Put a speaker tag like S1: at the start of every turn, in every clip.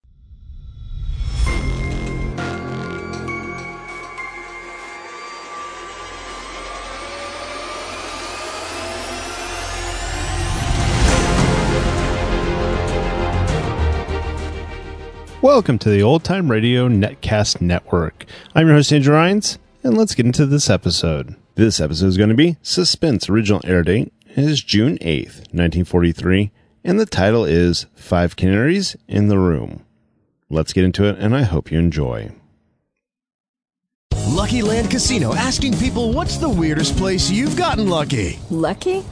S1: Welcome to the Old Time Radio Netcast Network. I'm your host, Andrew Rines, and let's get into this episode. This episode is going to be Suspense. Original air date is June 8th, 1943, and the title is Five Canaries in the Room. Let's get into it, and I hope you enjoy.
S2: Lucky Land Casino asking people what's the weirdest place you've gotten lucky?
S3: Lucky?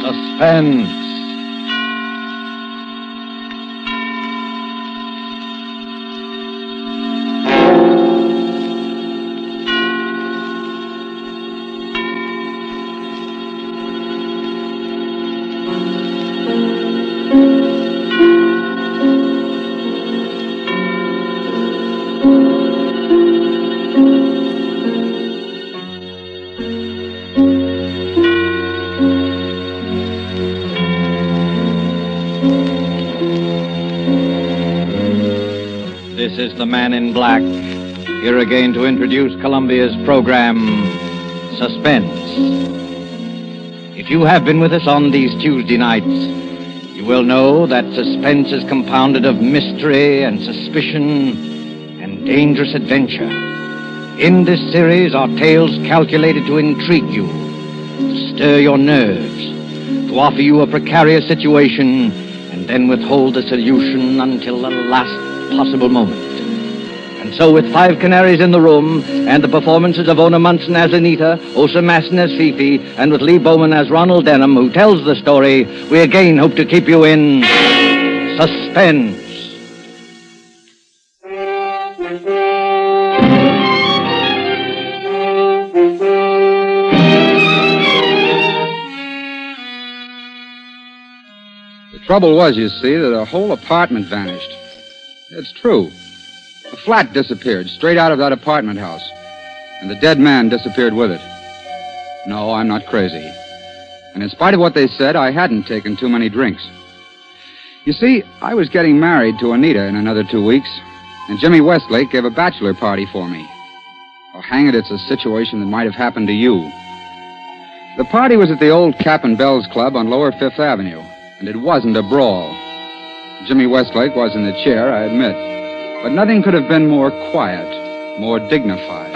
S4: suspense. This is the man in black. Here again to introduce Columbia's program, Suspense. If you have been with us on these Tuesday nights, you will know that suspense is compounded of mystery and suspicion and dangerous adventure. In this series are tales calculated to intrigue you, to stir your nerves, to offer you a precarious situation, and then withhold the solution until the last possible moment. And so, with five canaries in the room, and the performances of Ona Munson as Anita, Osa Masson as Fifi, and with Lee Bowman as Ronald Denham, who tells the story, we again hope to keep you in suspense.
S5: The trouble was, you see, that a whole apartment vanished. It's true. A flat disappeared straight out of that apartment house, and the dead man disappeared with it. No, I'm not crazy. And in spite of what they said, I hadn't taken too many drinks. You see, I was getting married to Anita in another two weeks, and Jimmy Westlake gave a bachelor party for me. Oh, hang it, it's a situation that might have happened to you. The party was at the old Cap and Bells Club on Lower Fifth Avenue, and it wasn't a brawl. Jimmy Westlake was in the chair, I admit. But nothing could have been more quiet, more dignified.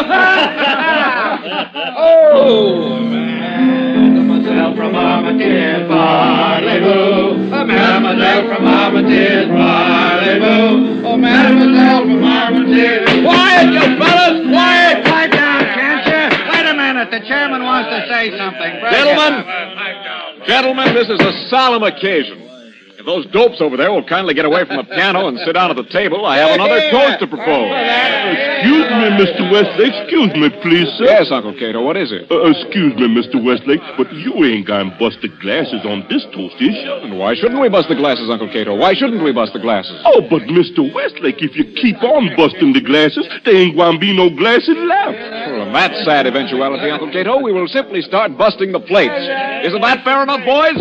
S6: oh, man, mademoiselle from Armitage, parlez-vous? Oh, mademoiselle from Armitage, parlez-vous? Oh, mademoiselle from Armitage. Quiet, you fellas, quiet! Pipe down, can't you? Wait a minute, the chairman wants to say something.
S7: Gentlemen, gentlemen, this is a solemn occasion. If those dopes over there will kindly get away from the piano and sit down at the table, I have another toast to propose.
S8: Excuse me, Mr. Westlake. Excuse me, please, sir.
S7: Yes, Uncle Cato, what is it?
S8: Uh, excuse me, Mr. Westlake, but you ain't gonna bust the glasses on this toast, is you?
S7: And why shouldn't we bust the glasses, Uncle Cato? Why shouldn't we bust the glasses?
S8: Oh, but Mr. Westlake, if you keep on busting the glasses, there ain't gonna be no glasses left.
S7: Well, in that sad eventuality, Uncle Cato, we will simply start busting the plates. Isn't that fair enough, boys?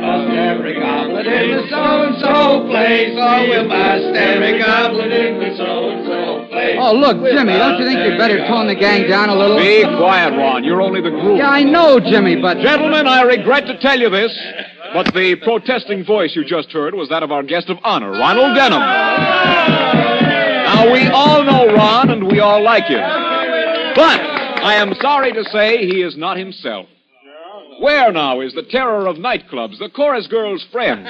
S6: But in the so-and-so place, oh, we must every goblet in the so-and-so place.
S5: Oh, look, Jimmy, don't you think you'd better tone the gang down a little?
S7: Be quiet, Ron. You're only the groom.
S5: Yeah, I know, Jimmy, but.
S7: Gentlemen, I regret to tell you this, but the protesting voice you just heard was that of our guest of honor, Ronald Denham. Now, we all know Ron, and we all like him. But I am sorry to say he is not himself. Where now is the terror of nightclubs, the chorus girl's friend?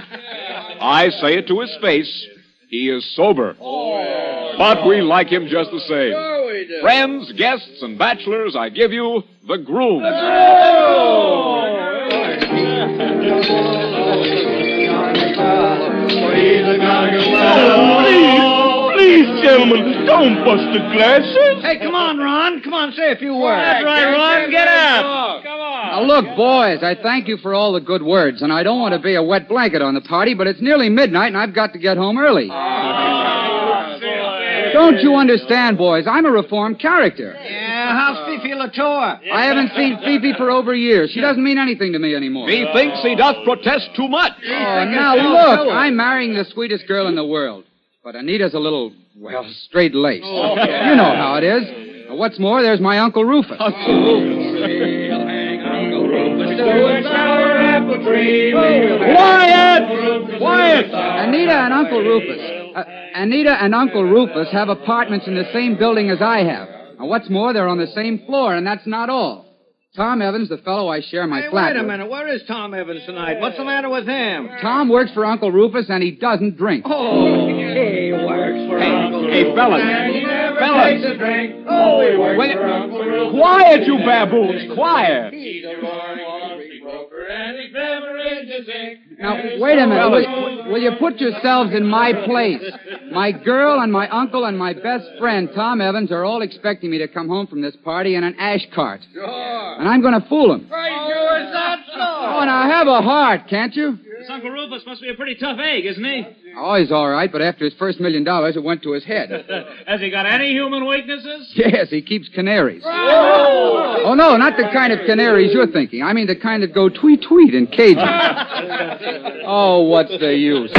S7: I say it to his face. He is sober. But we like him just the same. Friends, guests, and bachelors, I give you the groom.
S8: Please, please, gentlemen, don't bust the glasses.
S6: Hey, come on, Ron. Come on, say a few words.
S5: That's right, Ron. Get up.
S6: Come
S5: Now, look, boys, I thank you for all the good words, and I don't want to be a wet blanket on the party, but it's nearly midnight, and I've got to get home early.
S7: Uh,
S5: Don't you understand, boys? I'm a reformed character.
S6: Yeah, how's Fifi Latour?
S5: I haven't seen Fifi for over a year. She doesn't mean anything to me anymore.
S7: He thinks he doth protest too much.
S5: Oh, now look, I'm marrying the sweetest girl in the world. But Anita's a little, well, straight laced.
S6: Oh,
S5: You know how it is. And What's more, there's my Uncle Rufus.
S6: Quiet! Quiet!
S5: Anita and Uncle Rufus. Uh, Anita and Uncle Rufus have apartments in the same building as I have. And what's more, they're on the same floor, and that's not all. Tom Evans, the fellow I share my
S6: Hey,
S5: flat
S6: wait a
S5: with,
S6: minute. Where is Tom Evans tonight? What's the matter with him?
S5: Tom works for Uncle Rufus, and he doesn't drink.
S6: Oh, he works for Uncle
S5: hey, fellas.
S6: And he never
S5: Fellas.
S6: takes a drink. Oh, he works
S5: Wait-
S6: for Uncle Rufus.
S7: Quiet, you baboons, quiet.
S6: He's a born Wall Street broker, and he's never in the zinc.
S5: Now, wait a minute. Will, will you put yourselves in my place? My girl and my uncle and my best friend, Tom Evans, are all expecting me to come home from this party in an ash cart. And I'm going to fool them.
S6: Is that so?
S5: Oh, now have a heart, can't you?
S9: This Uncle Rufus must be a pretty tough egg, isn't he?
S5: Oh, he's all right, but after his first million dollars, it went to his head.
S9: Uh, Has he got any human weaknesses?
S5: Yes, he keeps canaries. Oh, no, not the kind of canaries you're thinking. I mean the kind that go tweet tweet in cages. Oh, what's the use?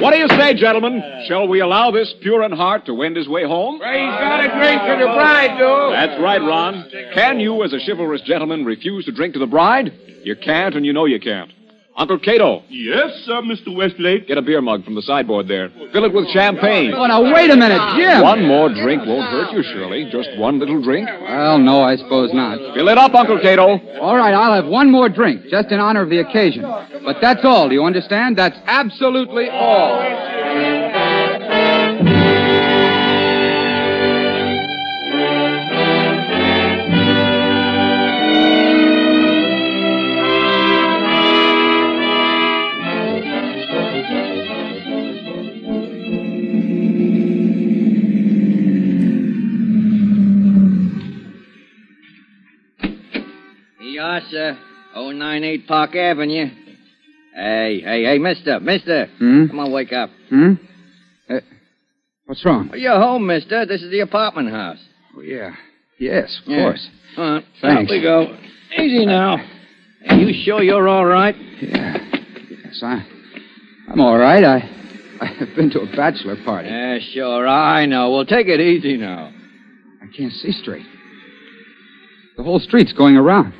S7: What do you say, gentlemen? Shall we allow this pure in heart to wend his way home?
S6: He's got a drink for the bride, though.
S7: That's right, Ron. Can you, as a chivalrous gentleman, refuse to drink to the bride? You can't, and you know you can't. Uncle Cato.
S8: Yes, sir, Mr. Westlake.
S7: Get a beer mug from the sideboard there. Fill it with champagne.
S5: Oh, now, wait a minute, Jim.
S7: One more drink won't hurt you, Shirley. Just one little drink.
S5: Well, no, I suppose not.
S7: Fill it up, Uncle Cato.
S5: All right, I'll have one more drink, just in honor of the occasion. But that's all, do you understand? That's absolutely all.
S10: Yes, uh, 098 Park Avenue. Hey, hey, hey, mister, mister.
S5: Hmm?
S10: Come on, wake up.
S5: Hmm? Uh, what's wrong?
S10: Well, you're home, mister. This is the apartment house.
S5: Oh, yeah. Yes, of
S10: Yeah.
S5: course.
S10: All right, out
S5: Thanks.
S10: we go. Easy now. Are you sure you're all right?
S5: Yes, I, I'm all right. I, I've been to a bachelor party.
S10: Yeah, sure, I know. Well, take it easy now.
S5: I can't see straight. The whole street's going around.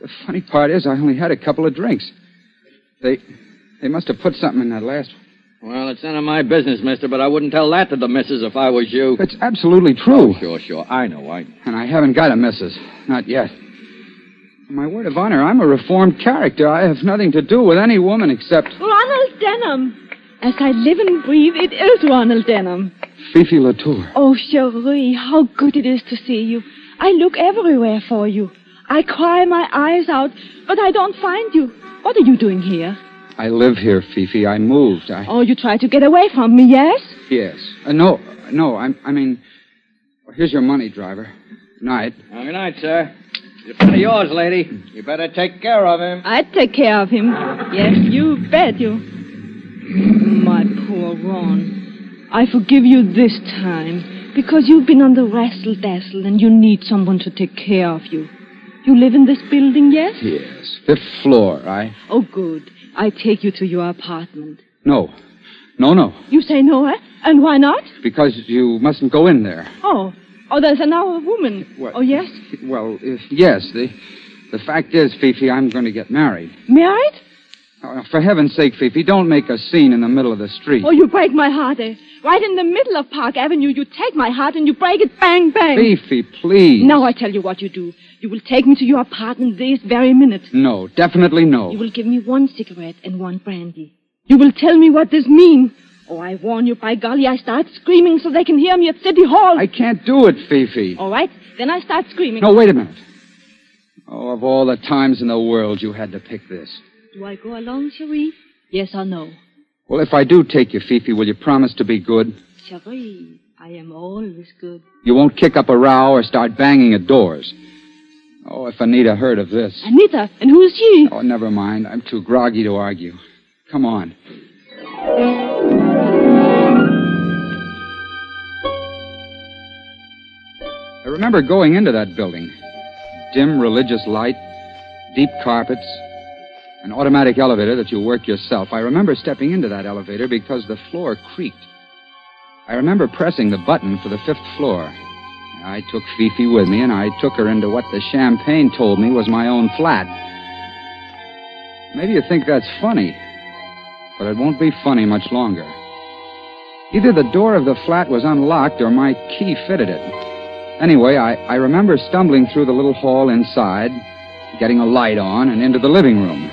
S5: The funny part is, I only had a couple of drinks. They, they must have put something in that last
S10: Well, it's none of my business, mister, but I wouldn't tell that to the missus if I was you.
S5: It's absolutely true.
S10: Sure, sure. I know, I know.
S5: And I haven't got a missus. Not yet. On My word of honor, I'm a reformed character. I have nothing to do with any woman except
S11: Ronald Denham. As I live and breathe, it is Ronald Denham.
S5: Fifi Latour.
S11: Oh, Cherie, how good it is to see you. I look everywhere for you. I cry my eyes out, but I don't find you. What are you doing here?
S5: I live here, Fifi. I moved. I
S11: Oh, you try to get away from me, yes?
S5: yes. Uh, no, no. I, I mean, here's your money, driver. Night.
S10: Well, good night, sir. It's a friend of yours, lady. You better take care of him.
S11: I'd take care of him. Yes, you bet you. My poor Ron. I forgive you this time because you've been on the razzle dazzle and you need someone to take care of you. You live in this building, yes?
S5: Yes. Fifth floor. I
S11: Oh, good. I take you to your apartment.
S5: no, no, no.
S11: You say no, eh? And why not?
S5: Because you mustn't go in there.
S11: Oh, oh, there's another woman.
S5: What?
S11: Oh, yes?
S5: Well, if, yes. The the fact is, Fifi, I'm going to get married.
S11: Married?
S5: Oh, for heaven's sake, Fifi, don't make a scene in the middle of the street.
S11: Oh, you break my heart, eh? Right in the middle of Park Avenue, you take my heart and you break it bang, bang.
S5: Fifi, please.
S11: Now I tell you what you do. You will take me to your apartment this very minute.
S5: No, definitely
S11: You
S5: no.
S11: will give me one cigarette and one brandy. You will tell me what this means. Or I warn you, by golly, I start screaming so they can hear me at City Hall.
S5: I can't do it, Fifi.
S11: All right, then I start screaming.
S5: No, wait a minute. Oh, of all the times in the world you had to pick this.
S11: Do I go along, Cherie? Yes or no?
S5: Well, if I do take you, Fifi, will you promise to be good?
S11: Cherie, I am always good.
S5: You won't kick up a row or start banging at doors. Oh, if Anita heard of this.
S11: Anita, and who's she?
S5: Oh, never mind. I'm too groggy to argue. Come on. I remember going into that building. Dim religious light, deep carpets, an automatic elevator that you work yourself. I remember stepping into that elevator because the floor creaked. I remember pressing the button for the fifth floor. I took Fifi with me, and I took her into what the champagne told me was my own flat. Maybe you think that's funny, but it won't be funny much longer. Either the door of the flat was unlocked or my key fitted it. Anyway, I, I remember stumbling through the little hall inside, getting a light on, and into the living room.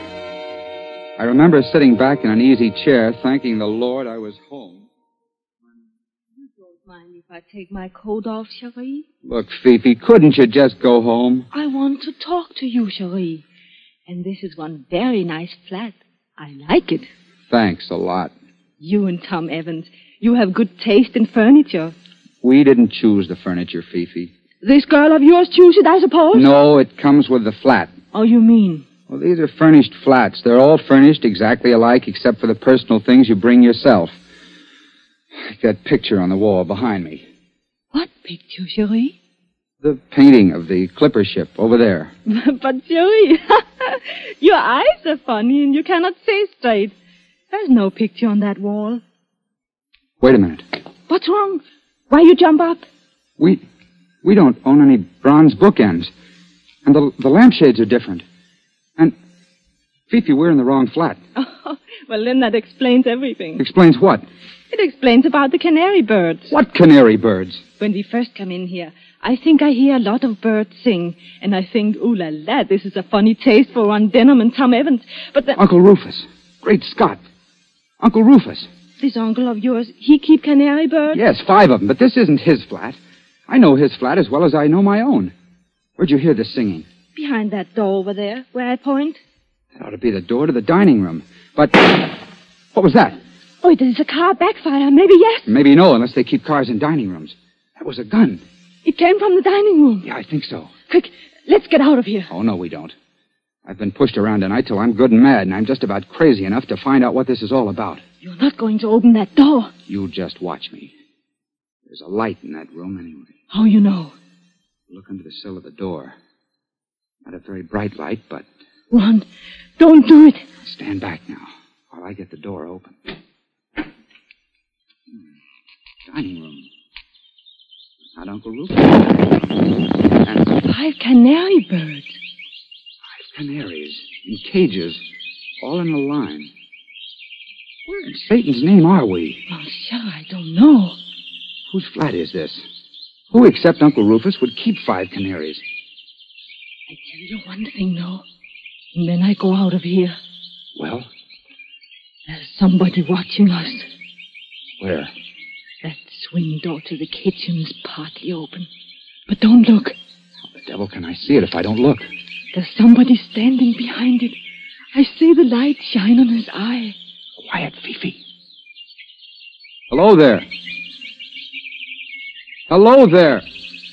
S5: I remember sitting back in an easy chair, thanking the Lord I was home.
S11: Mind if I take my coat off, Cherie?
S5: Look, Fifi, couldn't you just go home?
S11: I want to talk to you, Cherie. And this is one very nice flat. I like it.
S5: Thanks a lot.
S11: You and Tom Evans, you have good taste in furniture.
S5: We didn't choose the furniture, Fifi.
S11: This girl of yours choose it, I suppose?
S5: No, it comes with the flat.
S11: Oh, you mean?
S5: Well, these are furnished flats. They're all furnished exactly alike, except for the personal things you bring yourself. Like That picture on the wall behind me.
S11: What picture, Cherie?
S5: The painting of the clipper ship over there.
S11: but, Cherie, your eyes are funny and you cannot see straight. There's no picture on that wall.
S5: Wait a minute.
S11: What's wrong? Why you jump up?
S5: We we don't own any bronze bookends. And the the lampshades are different. And Fifi, we're in the wrong flat.
S11: Well, then that explains everything.
S5: Explains what?
S11: It explains about the canary birds.
S5: What canary birds?
S11: When we first come in here, I think I hear a lot of birds sing, and I think, ooh la la, this is a funny taste for Ron Denham and Tom Evans. But the,
S5: Uncle Rufus. Great Scott. Uncle Rufus.
S11: this uncle of yours, he keep canary birds?
S5: Yes, five of them, but this isn't his flat. I know his flat as well as I know my own. Where'd you hear the singing?
S11: Behind that door over there, where I point.
S5: That ought to be the door to the dining room. But what was that?
S11: Oh, there's a car backfire. Maybe yes.
S5: Maybe no, unless they keep cars in dining rooms. That was a gun.
S11: It came from the dining room.
S5: Yeah, I think so.
S11: Quick, let's get out of here.
S5: Oh, no, we don't. I've been pushed around tonight till I'm good and mad, and I'm just about crazy enough to find out what this is all about.
S11: You're not going to open that door.
S5: You just watch me. There's a light in that room anyway.
S11: How you know?
S5: Look under the sill of the door. Not a very bright light, but
S11: Ron, don't do it.
S5: Stand back now while I get the door open. Hmm. Dining room. Not Uncle Rufus. And
S11: Five canary birds.
S5: canaries in cages, all in a line. Where in Satan's name are we?
S11: Sure, I don't know.
S5: Whose flat is this? Who except Uncle Rufus would keep five canaries?
S11: I tell you one thing, though, and then I go out of here.
S5: Well,
S11: There's somebody watching us.
S5: where?
S11: That swing door to the kitchen's partly open. But don't look.
S5: The devil can I see it if I don't look?
S11: There's somebody standing behind it. I see the light shine on his eye.
S5: Quiet, Fifi. Hello there. Hello there.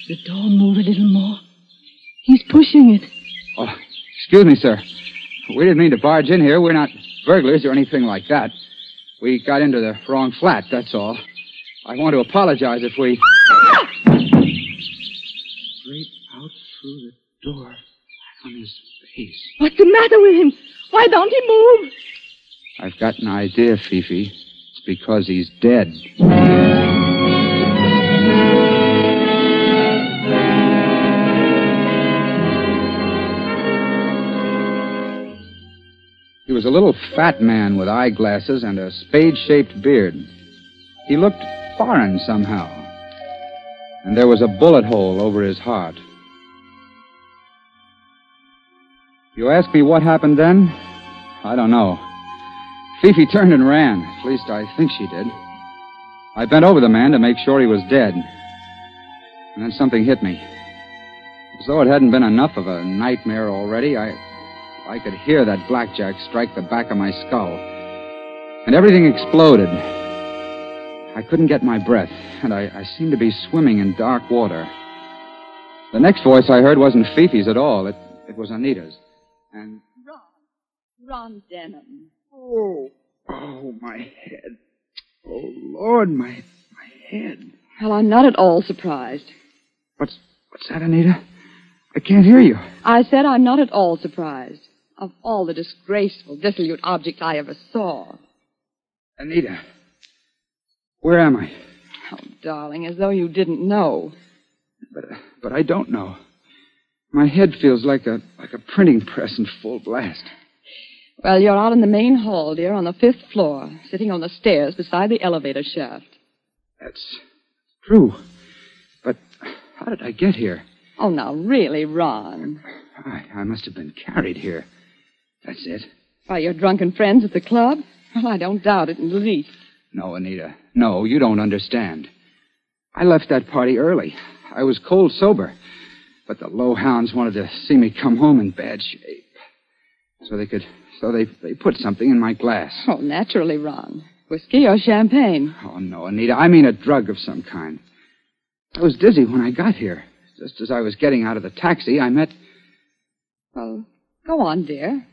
S11: The door move a little more. He's pushing it.
S5: Oh, excuse me, sir. We didn't mean to barge in here. We're not burglars or anything like that. We got into the wrong flat, that's all. I want to apologize if we. Straight out through the door on his face.
S11: What's the matter with him? Why don't he move?
S5: I've got an idea, Fifi. It's because he's dead. He was a little fat man with eyeglasses and a spade shaped beard. He looked foreign somehow. And there was a bullet hole over his heart. You ask me what happened then? I don't know. Fifi turned and ran. At least I think she did. I bent over the man to make sure he was dead. And then something hit me. As though it hadn't been enough of a nightmare already, I, I could hear that blackjack strike the back of my skull. And everything exploded. I couldn't get my breath, and I, I seemed to be swimming in dark water. The next voice I heard wasn't Fifi's at all. It, it was Anita's. And
S12: Ron Denham.
S5: Oh, oh, my head. Oh, Lord, my head.
S12: Well, I'm not at all surprised.
S5: What's what's that, Anita? I can't hear you.
S12: I said I'm not at all surprised. Of all the disgraceful, dissolute objects I ever saw.
S5: Anita. Where am I?
S12: Darling, as though you didn't know.
S5: But uh, but I don't know. My head feels like a like a printing press in full blast.
S12: Well, you're out in the main hall, dear, on the fifth floor, sitting on the stairs beside the elevator shaft.
S5: That's true. But how did I get here?
S12: Oh, now, really, Ron.
S5: I, I must have been carried here. That's it.
S12: By your drunken friends at the club? Well, I don't doubt it in the least.
S5: No, Anita. No, you don't understand. I left that party early. I was cold sober. But the low hounds wanted to see me come home in bad shape. So they could so they they put something in my glass.
S12: Oh, naturally, Ron. Whiskey or champagne?
S5: Oh no, Anita, I mean a drug of some kind. I was dizzy when I got here. Just as I was getting out of the taxi, I met
S12: Well, Oh, go on, dear.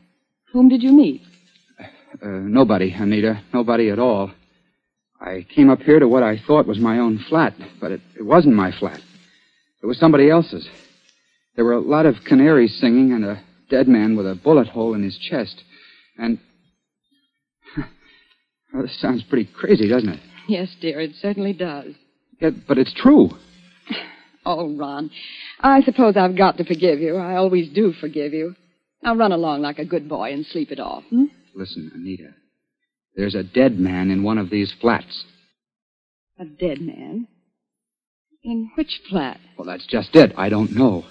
S12: Whom did you meet?
S5: uh, nobody, Anita, nobody at all. I came up here to what I thought was my own flat, but it, it wasn't my flat. It was somebody else's. There were a lot of canaries singing and a dead man with a bullet hole in his chest. And. well, this sounds pretty crazy, doesn't it?
S12: Yes, dear, it certainly does.
S5: Yeah, but it's true.
S12: Oh, Ron, I suppose I've got to forgive you. I always do forgive you. Now run along like a good boy and sleep it off. Hmm?
S5: Listen, Anita. There's a dead man in one of these flats.
S12: A dead man? In which flat?
S5: Well, that's just it. I don't know.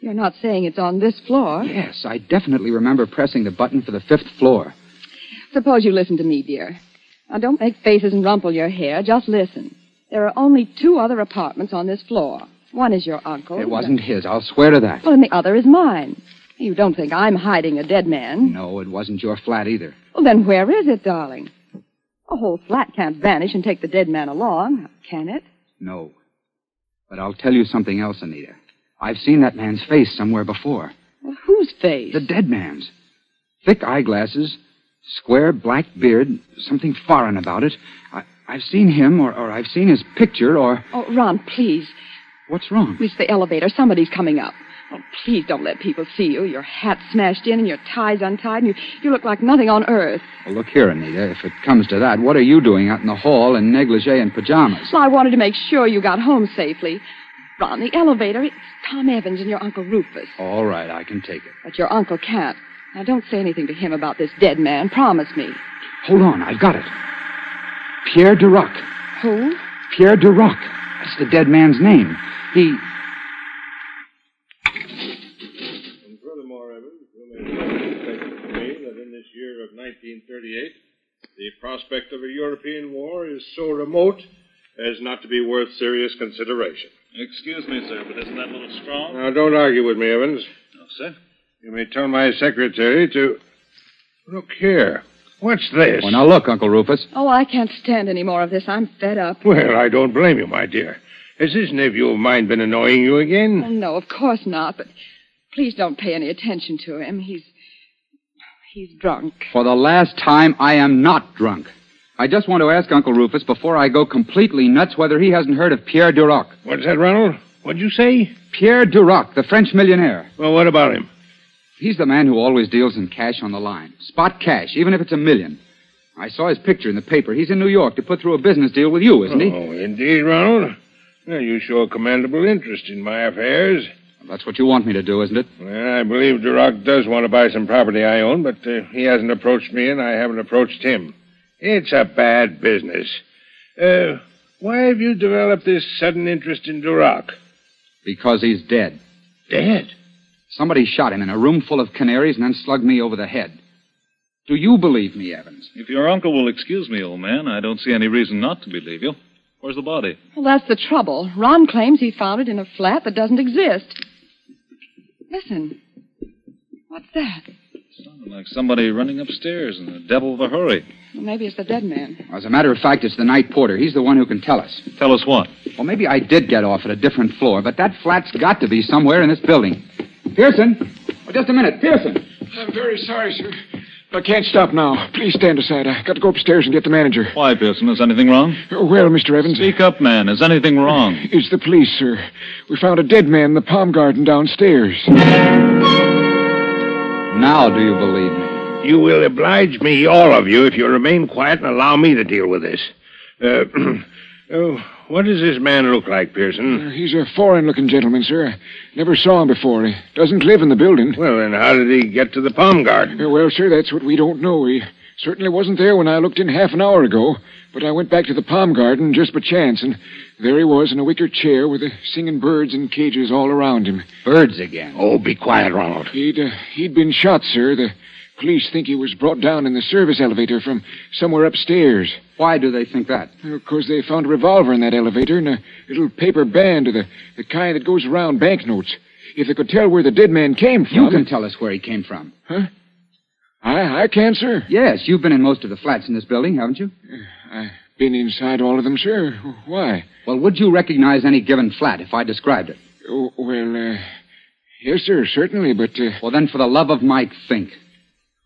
S12: You're not saying it's on this floor.
S5: Yes, I definitely remember pressing the button for the fifth floor.
S12: Suppose you listen to me, dear. Now, don't make faces and rumple your hair. Just listen. There are only two other apartments on this floor. One is your uncle's.
S5: It wasn't his. I'll swear to that.
S12: Well, and the other is mine. You don't think I'm hiding a dead man?
S5: No, it wasn't your flat either.
S12: Well, then where is it, darling? A whole flat can't vanish and take the dead man along, can it?
S5: No. But I'll tell you something else, Anita. I've seen that man's face somewhere before.
S12: Well, whose face?
S5: The dead man's. Thick eyeglasses, square black beard, something foreign about it. I, I've seen him, or, or I've seen his picture, or.
S12: Oh, Ron, please.
S5: What's wrong?
S12: It's the elevator. Somebody's coming up. Oh, please don't let people see you. Your hat's smashed in and your tie's untied, and you, you look like nothing on earth.
S5: Well, look here, Anita. If it comes to that, what are you doing out in the hall in negligee and pajamas?
S12: Well, I wanted to make sure you got home safely. Ron, the elevator, it's Tom Evans and your Uncle Rufus.
S5: All right, I can take it.
S12: But your uncle can't. Now, don't say anything to him about this dead man. Promise me.
S13: Hold on, I've got it. Pierre Durac.
S12: Who?
S13: Pierre Durac. That's the dead man's name. He.
S14: And furthermore, Evans, you may expect from me that in this year of 1938, the prospect of a European war is so remote as not to be worth serious consideration.
S15: Excuse me, sir, but isn't that a little strong?
S8: Uh,
S14: Now, don't argue with me, Evans.
S15: No, sir.
S14: You may tell my secretary to. Look here. What's this?
S5: Well, now look, Uncle Rufus.
S12: Oh, I can't stand any more of this. I'm fed up.
S14: Well, I don't blame you, my dear. Has this nephew of mine been annoying you
S11: Hmm.
S14: again?
S12: Oh, no, of course not, but please don't pay any attention to him. He's. he's drunk.
S5: For the last time, I am not drunk. I just want to ask Uncle Rufus before I go completely nuts whether he hasn't heard of Pierre Durac.
S14: What's that, Ronald? What'd you say?
S5: Pierre Durac, the French millionaire.
S14: Well, what about him?
S5: He's the man who always deals in cash on the line. Spot cash, even if it's a million. I saw his picture in the paper. He's in New York to put through a business deal with you, isn't he?
S14: Oh, indeed, Ronald. Well, you show a commendable interest in my affairs.
S5: That's what you want me to do, isn't it?
S14: Well, I believe Duroc does want to buy some property I own, but uh, he hasn't approached me, and I haven't approached him. It's a bad business. Uh, why have you developed this sudden interest in Duroc?
S5: Because he's dead.
S14: Dead?
S5: Somebody shot him in a room full of canaries and then slugged me over the head. Do you believe me, Evans?
S7: If your uncle will excuse me, old man, I don't see any reason not to believe you. Where's the body?
S12: Well, that's the trouble. Ron claims he found it in a flat that doesn't exist. Listen. What's that?
S7: Sounded like somebody running upstairs in a devil of a hurry.
S12: Well, maybe it's the dead man.
S5: Well, as a matter of fact, it's the night porter. He's the one who can tell us.
S7: Tell us what?
S5: Well, maybe I did get off at a different floor, but that flat's got to be somewhere in this building. Pearson? Oh, just a minute. Pearson.
S16: I'm very sorry, sir. I can't stop now. Please stand aside. I got to go upstairs and get the manager. Uh,
S7: Why, Pearson? Is anything wrong?
S16: Well, Mr. Evans.
S7: Speak up, man. Is anything wrong?
S16: It's the police, sir. We found a dead man in the palm garden downstairs.
S5: Now do you believe me?
S14: You will oblige me, all of you, if you remain quiet and allow me to deal with this. Uh, oh, what does this man look like, Pearson?
S16: Uh, He's a foreign looking gentleman, sir. Never saw him before. He doesn't live in the building.
S14: Well, then how did he get to the palm garden?
S16: Uh, Well, sir, that's what we don't know. He certainly wasn't there when I looked in half an hour ago, but I went back to the palm garden just by chance, and there he was in a wicker chair with the singing birds in cages all around him.
S5: Birds again.
S14: Oh, be quiet, Ronald.
S16: He'd, uh, he'd been shot, sir. The police think he was brought down in the service elevator from somewhere upstairs.
S5: Why do they think that?
S16: Of course, they found a revolver in that elevator and a little paper band of the, the kind that goes around banknotes. If they could tell where the dead man came from.
S5: You can tell us where he came from.
S16: Huh? I, I can, sir.
S5: Yes, you've been in most of the flats in this building, haven't you?
S16: I've been inside all of them, sir. Uh, Why?
S5: Well, would you recognize any given flat if I described it?
S16: Oh, well, uh, yes, sir, certainly, but. Uh,
S5: Well, then, for the love of Mike, think.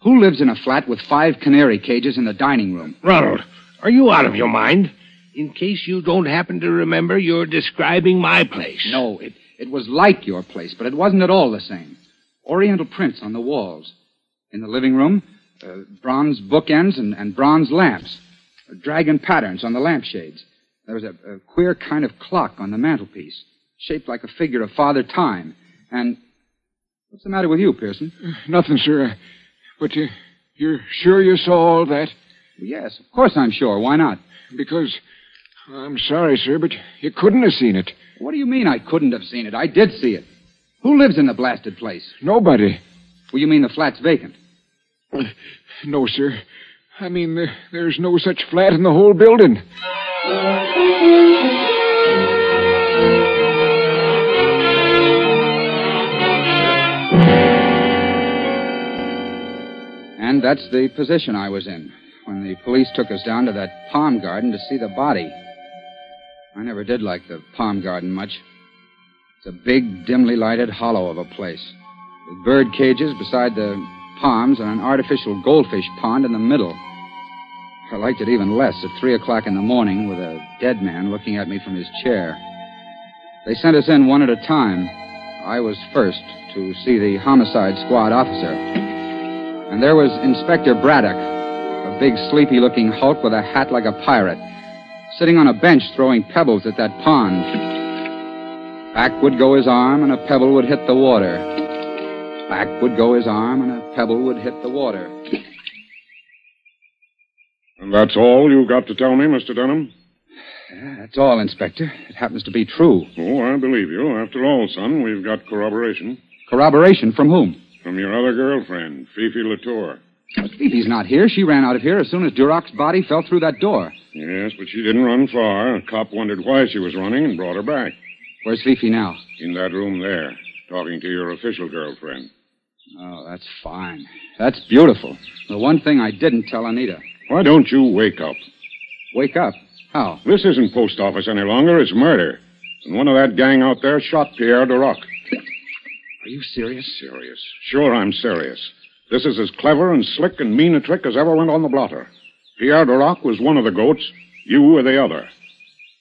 S5: Who lives in a flat with five canary cages in the dining room?
S14: Ronald, are you out of your mind? In case you don't happen to remember, you're describing my place.
S5: No, it, it was like your place, but it wasn't at all the same. Oriental prints on the walls. In the living room, uh, bronze bookends and, and bronze lamps. uh, Dragon patterns on the lampshades. There was a, a queer kind of clock on the mantelpiece, shaped like a figure of Father Time. And what's the matter with you, Pearson?
S16: Nothing, sir. But uh, you're sure you saw all that?
S5: Yes, of course I'm sure. Why not?
S16: Because. I'm sorry, sir, but you couldn't have seen it.
S5: What do you mean I couldn't have seen it? I did see it. Who lives in the blasted place?
S16: Nobody.
S5: Well, you mean the flat's vacant.
S16: No, sir. I mean, there, there's no such flat in the whole building.
S5: And that's the position I was in when the police took us down to that palm garden to see the body. I never did like the palm garden much. It's a big, dimly lighted hollow of a place, with bird cages beside the palms and an artificial goldfish pond in the middle. I liked it even less at three o'clock in the morning with a dead man looking at me from his chair. They sent us in one at a time. I was first to see the homicide squad officer. And there was Inspector Braddock, a big, sleepy looking hulk with a hat like a pirate, sitting on a bench throwing pebbles at that pond. Back would go his arm, and a pebble would hit the water. Back would go his arm, and a pebble would hit the water.
S1: And that's all you got to tell me, Mr. Dunham?
S17: That's all, Inspector. It happens to be true.
S1: Oh, I believe you. After all, son, we've got corroboration
S17: Corroboration from whom?
S1: from your other girlfriend, Fifi Latour.
S17: Fifi's not here. She ran out of here as soon as Duroc's body fell through that door.
S1: Yes, but she didn't run far. A cop wondered why she was running and brought her back.
S17: Where's Fifi now?
S1: In that room there, talking to your official girlfriend.
S17: Oh, that's fine. That's beautiful. The one thing I didn't tell Anita.
S1: Why don't you wake up?
S17: Wake up. How?
S1: This isn't post office any longer. It's murder. And one of that gang out there shot Pierre Duroc.
S17: Are you serious?
S1: Serious. Sure, I'm serious. This is as clever and slick and mean a trick as ever went on the blotter. Pierre Duroc was one of the goats. You were the other.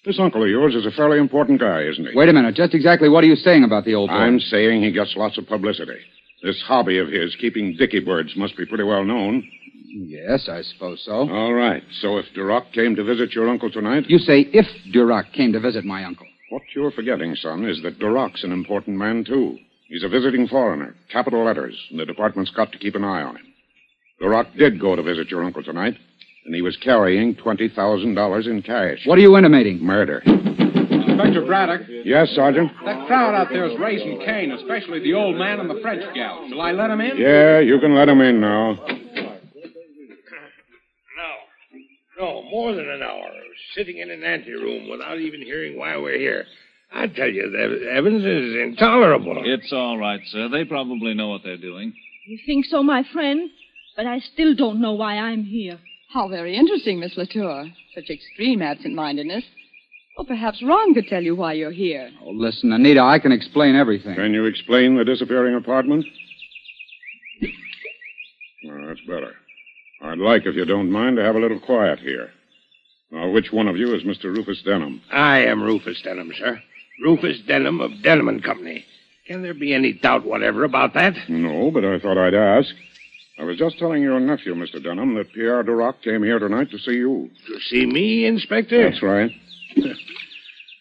S1: This uncle of yours is a fairly important guy, isn't he?
S17: Wait a minute. Just exactly what are you saying about the old boy?
S1: I'm saying he gets lots of publicity. This hobby of his, keeping dicky birds, must be pretty well known.
S17: Yes, I suppose so.
S1: All right. So if Duroc came to visit your uncle tonight,
S17: You say if Duroc came to visit my uncle.
S1: what you're forgetting, son, is that Duroc's an important man, too. He's a visiting foreigner, capital letters, and the department's got to keep an eye on him. Duroc did go to visit your uncle tonight, and he was carrying $20,000 in cash.
S17: What are you intimating?
S1: Murder.
S18: Inspector Braddock,
S1: Yes, Sergeant?
S18: that crowd out there is raising Cain, especially the old man and the French gal. Shall I let him in?
S1: Yeah, you can let him in now.
S14: No, more than an hour. Sitting in an anteroom without even hearing why we're here. I tell you, that Evans is intolerable.
S19: It's all right, sir. They probably know what they're doing.
S11: You think so, my friend? But I still don't know why I'm here.
S12: How very interesting, Miss Latour. Such extreme absent-mindedness. Well, perhaps Ron could tell you why you're here.
S17: Oh, listen, Anita, I can explain everything.
S1: Can you explain the disappearing apartment? Well, that's better. I'd like, if you don't mind, to have a little quiet here. Now, which one of you is Mr. Rufus Denham?
S14: I am Rufus Denham, sir. Rufus Denham of Denham and Company. Can there be any doubt whatever about that?
S1: No, but I thought I'd ask. I was just telling your nephew, Mr. Denham, that Pierre Duroc came here tonight to see you.
S14: To see me, Inspector?
S1: That's right.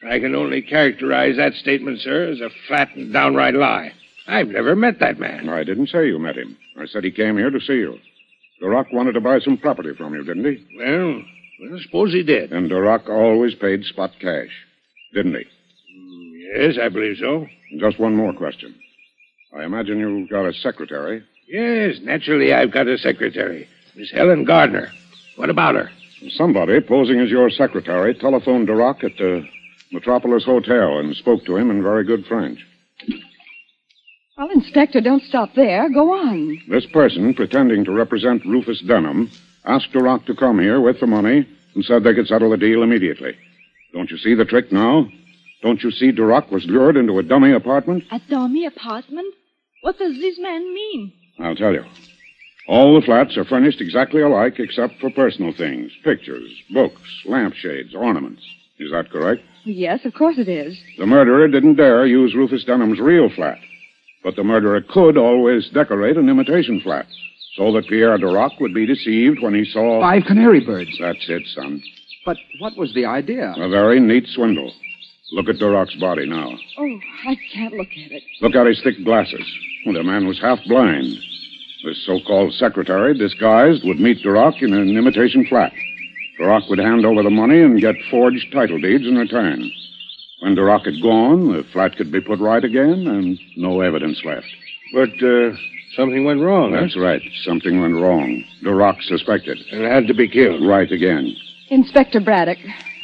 S14: I can only characterize that statement, sir, as a flat and downright lie. I've never met that man.
S1: I didn't say you met him. I said he came here to see you. Duroc wanted to buy some property from you, didn't he?
S14: Well, well suppose he did.
S1: And Duroc always paid spot cash, didn't he?
S14: Yes, I believe so.
S1: Just one more question. I imagine you've got a secretary.
S14: Yes, naturally, I've got a secretary, Miss Helen Gardner. What about her?
S1: Somebody posing as your secretary telephoned Duroc at the Metropolis Hotel and spoke to him in very good French.
S12: Well, Inspector, don't stop there. Go on.
S1: This person, pretending to represent Rufus Dunham, asked Duroc to come here with the money and said they could settle the deal immediately. Don't you see the trick now? Don't you see Duroc was lured into a dummy apartment?
S11: A dummy apartment? What does this man mean?
S1: I'll tell you. All the flats are furnished exactly alike except for personal things pictures, books, lampshades, ornaments. Is that correct?
S12: Yes, of course it is.
S1: The murderer didn't dare use Rufus Dunham's real flat, but the murderer could always decorate an imitation flat so that Pierre Duroc would be deceived when he saw.
S17: Five canary birds.
S1: That's it, son.
S17: But what was the idea?
S1: A very neat swindle. Look at Duroc's body now.
S12: Oh, I can't look at it.
S1: Look at his thick glasses. Well, the man was half blind. This so called secretary, disguised, would meet Duroc in an imitation flat. Duroc would hand over the money and get forged title deeds in return. When Duroc had gone, the flat could be put right again and no evidence left.
S14: But uh, something went wrong.
S1: That's right. Something went wrong. Duroc suspected.
S14: It had to be killed.
S1: Right again.
S12: Inspector Braddock,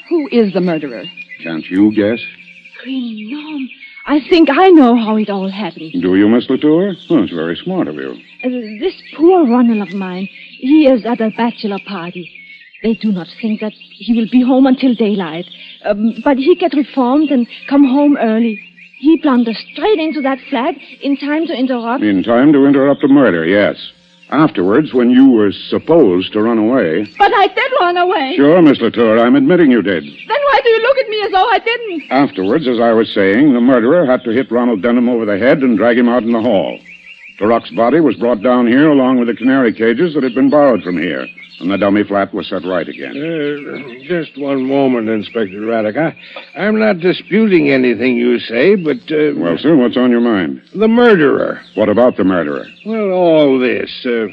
S12: who is the murderer?
S1: Can't you guess?
S11: Green Nom. I think I know how it all happened.
S1: Do you, Miss Latour? Well, it's very smart of you.
S11: Uh, this poor Ronald of mine, he is at a bachelor party. They do not think that he will be home until daylight. Um, but he get reformed and come home early. He blunders straight into that flat in time to interrupt.
S1: In time to interrupt a murder, yes. Afterwards, when you were supposed to run away.
S11: But I did run away.
S1: Sure, Miss Latour, I'm admitting you did.
S11: Then why do you look at me as though I didn't?
S1: Afterwards, as I was saying, the murderer had to hit Ronald Denham over the head and drag him out in the hall. Duroc's body was brought down here along with the canary cages that had been borrowed from here, and the dummy flat was set right again.
S14: Uh, just one moment, Inspector Raddock. I, I'm not disputing anything you say, but uh,
S1: Well, sir, what's on your mind?
S14: the murderer.
S1: What about the murderer?
S14: Well, all this. Uh,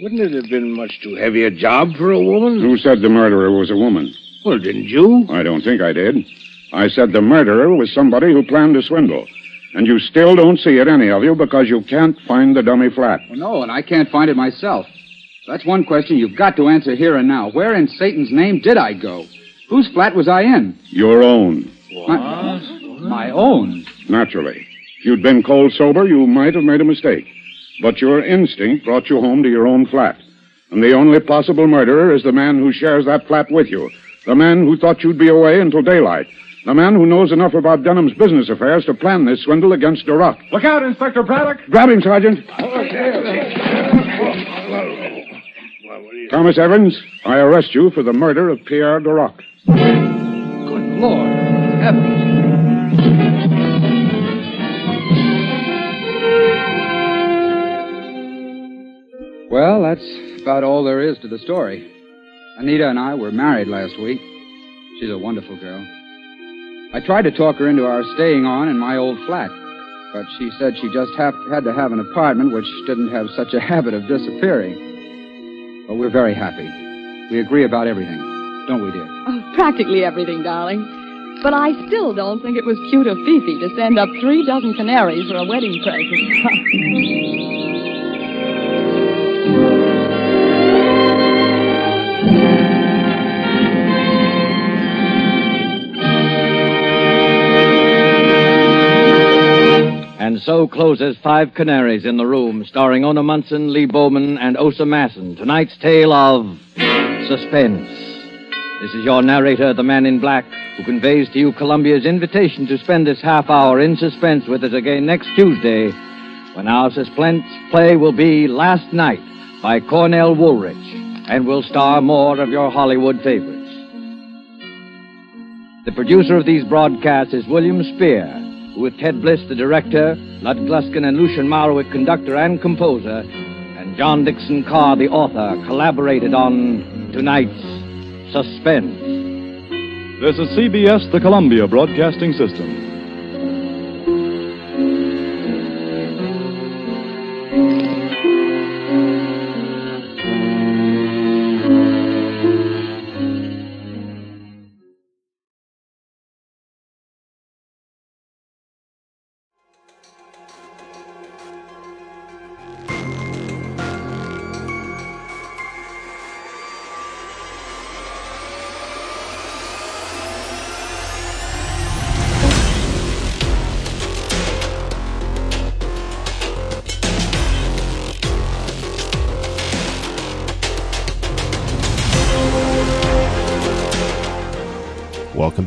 S14: Wouldn't it have been much too heavy a job for a woman?
S1: Who said the murderer was a woman?
S14: Well, didn't you?
S1: I don't think I did. I said the murderer was somebody who planned to swindle. And you still don't see it, any of you, because you can't find the dummy flat.
S5: Well, Oh, no, and I can't find it myself. That's one question you've got to answer here and now. Where in Satan's name did I go? Whose flat was I in?
S1: Your own.
S5: My, my own.
S1: Naturally. If you'd been cold sober, you might have made a mistake. But your instinct brought you home to your own flat. And the only possible murderer is the man who shares that flat with you. The man who thought you'd be away until daylight. The man who knows enough about Dunham's business affairs to plan this swindle against Duroc.
S3: Look out, Inspector Braddock!
S1: Grab him, Sergeant. Thomas Evans, I arrest you for the murder of Pierre Duroc.
S14: Lord, heavens.
S5: Well, that's about all there is to the story. Anita and I were married last week. She's a wonderful girl. I tried to talk her into our staying on in my old flat, but she said she just hap had to have an apartment which didn't have such a habit of disappearing. But we're very happy. We agree about everything, don't we, dear?
S12: Oh, practically everything, darling. But I still don't think it was cute of Fifi to send up three dozen canaries for a wedding present.
S4: And so closes Five Canaries in the Room, starring Ona Munson, Lee Bowman, and Osa Masson. Tonight's tale of suspense. This is your narrator, the man in black, who conveys to you Columbia's invitation to spend this half hour in suspense with us again next Tuesday, when our suspense play will be Last Night by Cornell Woolrich, and will star more of your Hollywood favorites. The producer of these broadcasts is William Spear with Ted Bliss, the director, Lud Gluskin and Lucian Marwick, conductor and composer, and John Dixon Carr, the author, collaborated on tonight's Suspense.
S20: This is CBS, the Columbia Broadcasting System.
S21: Welcome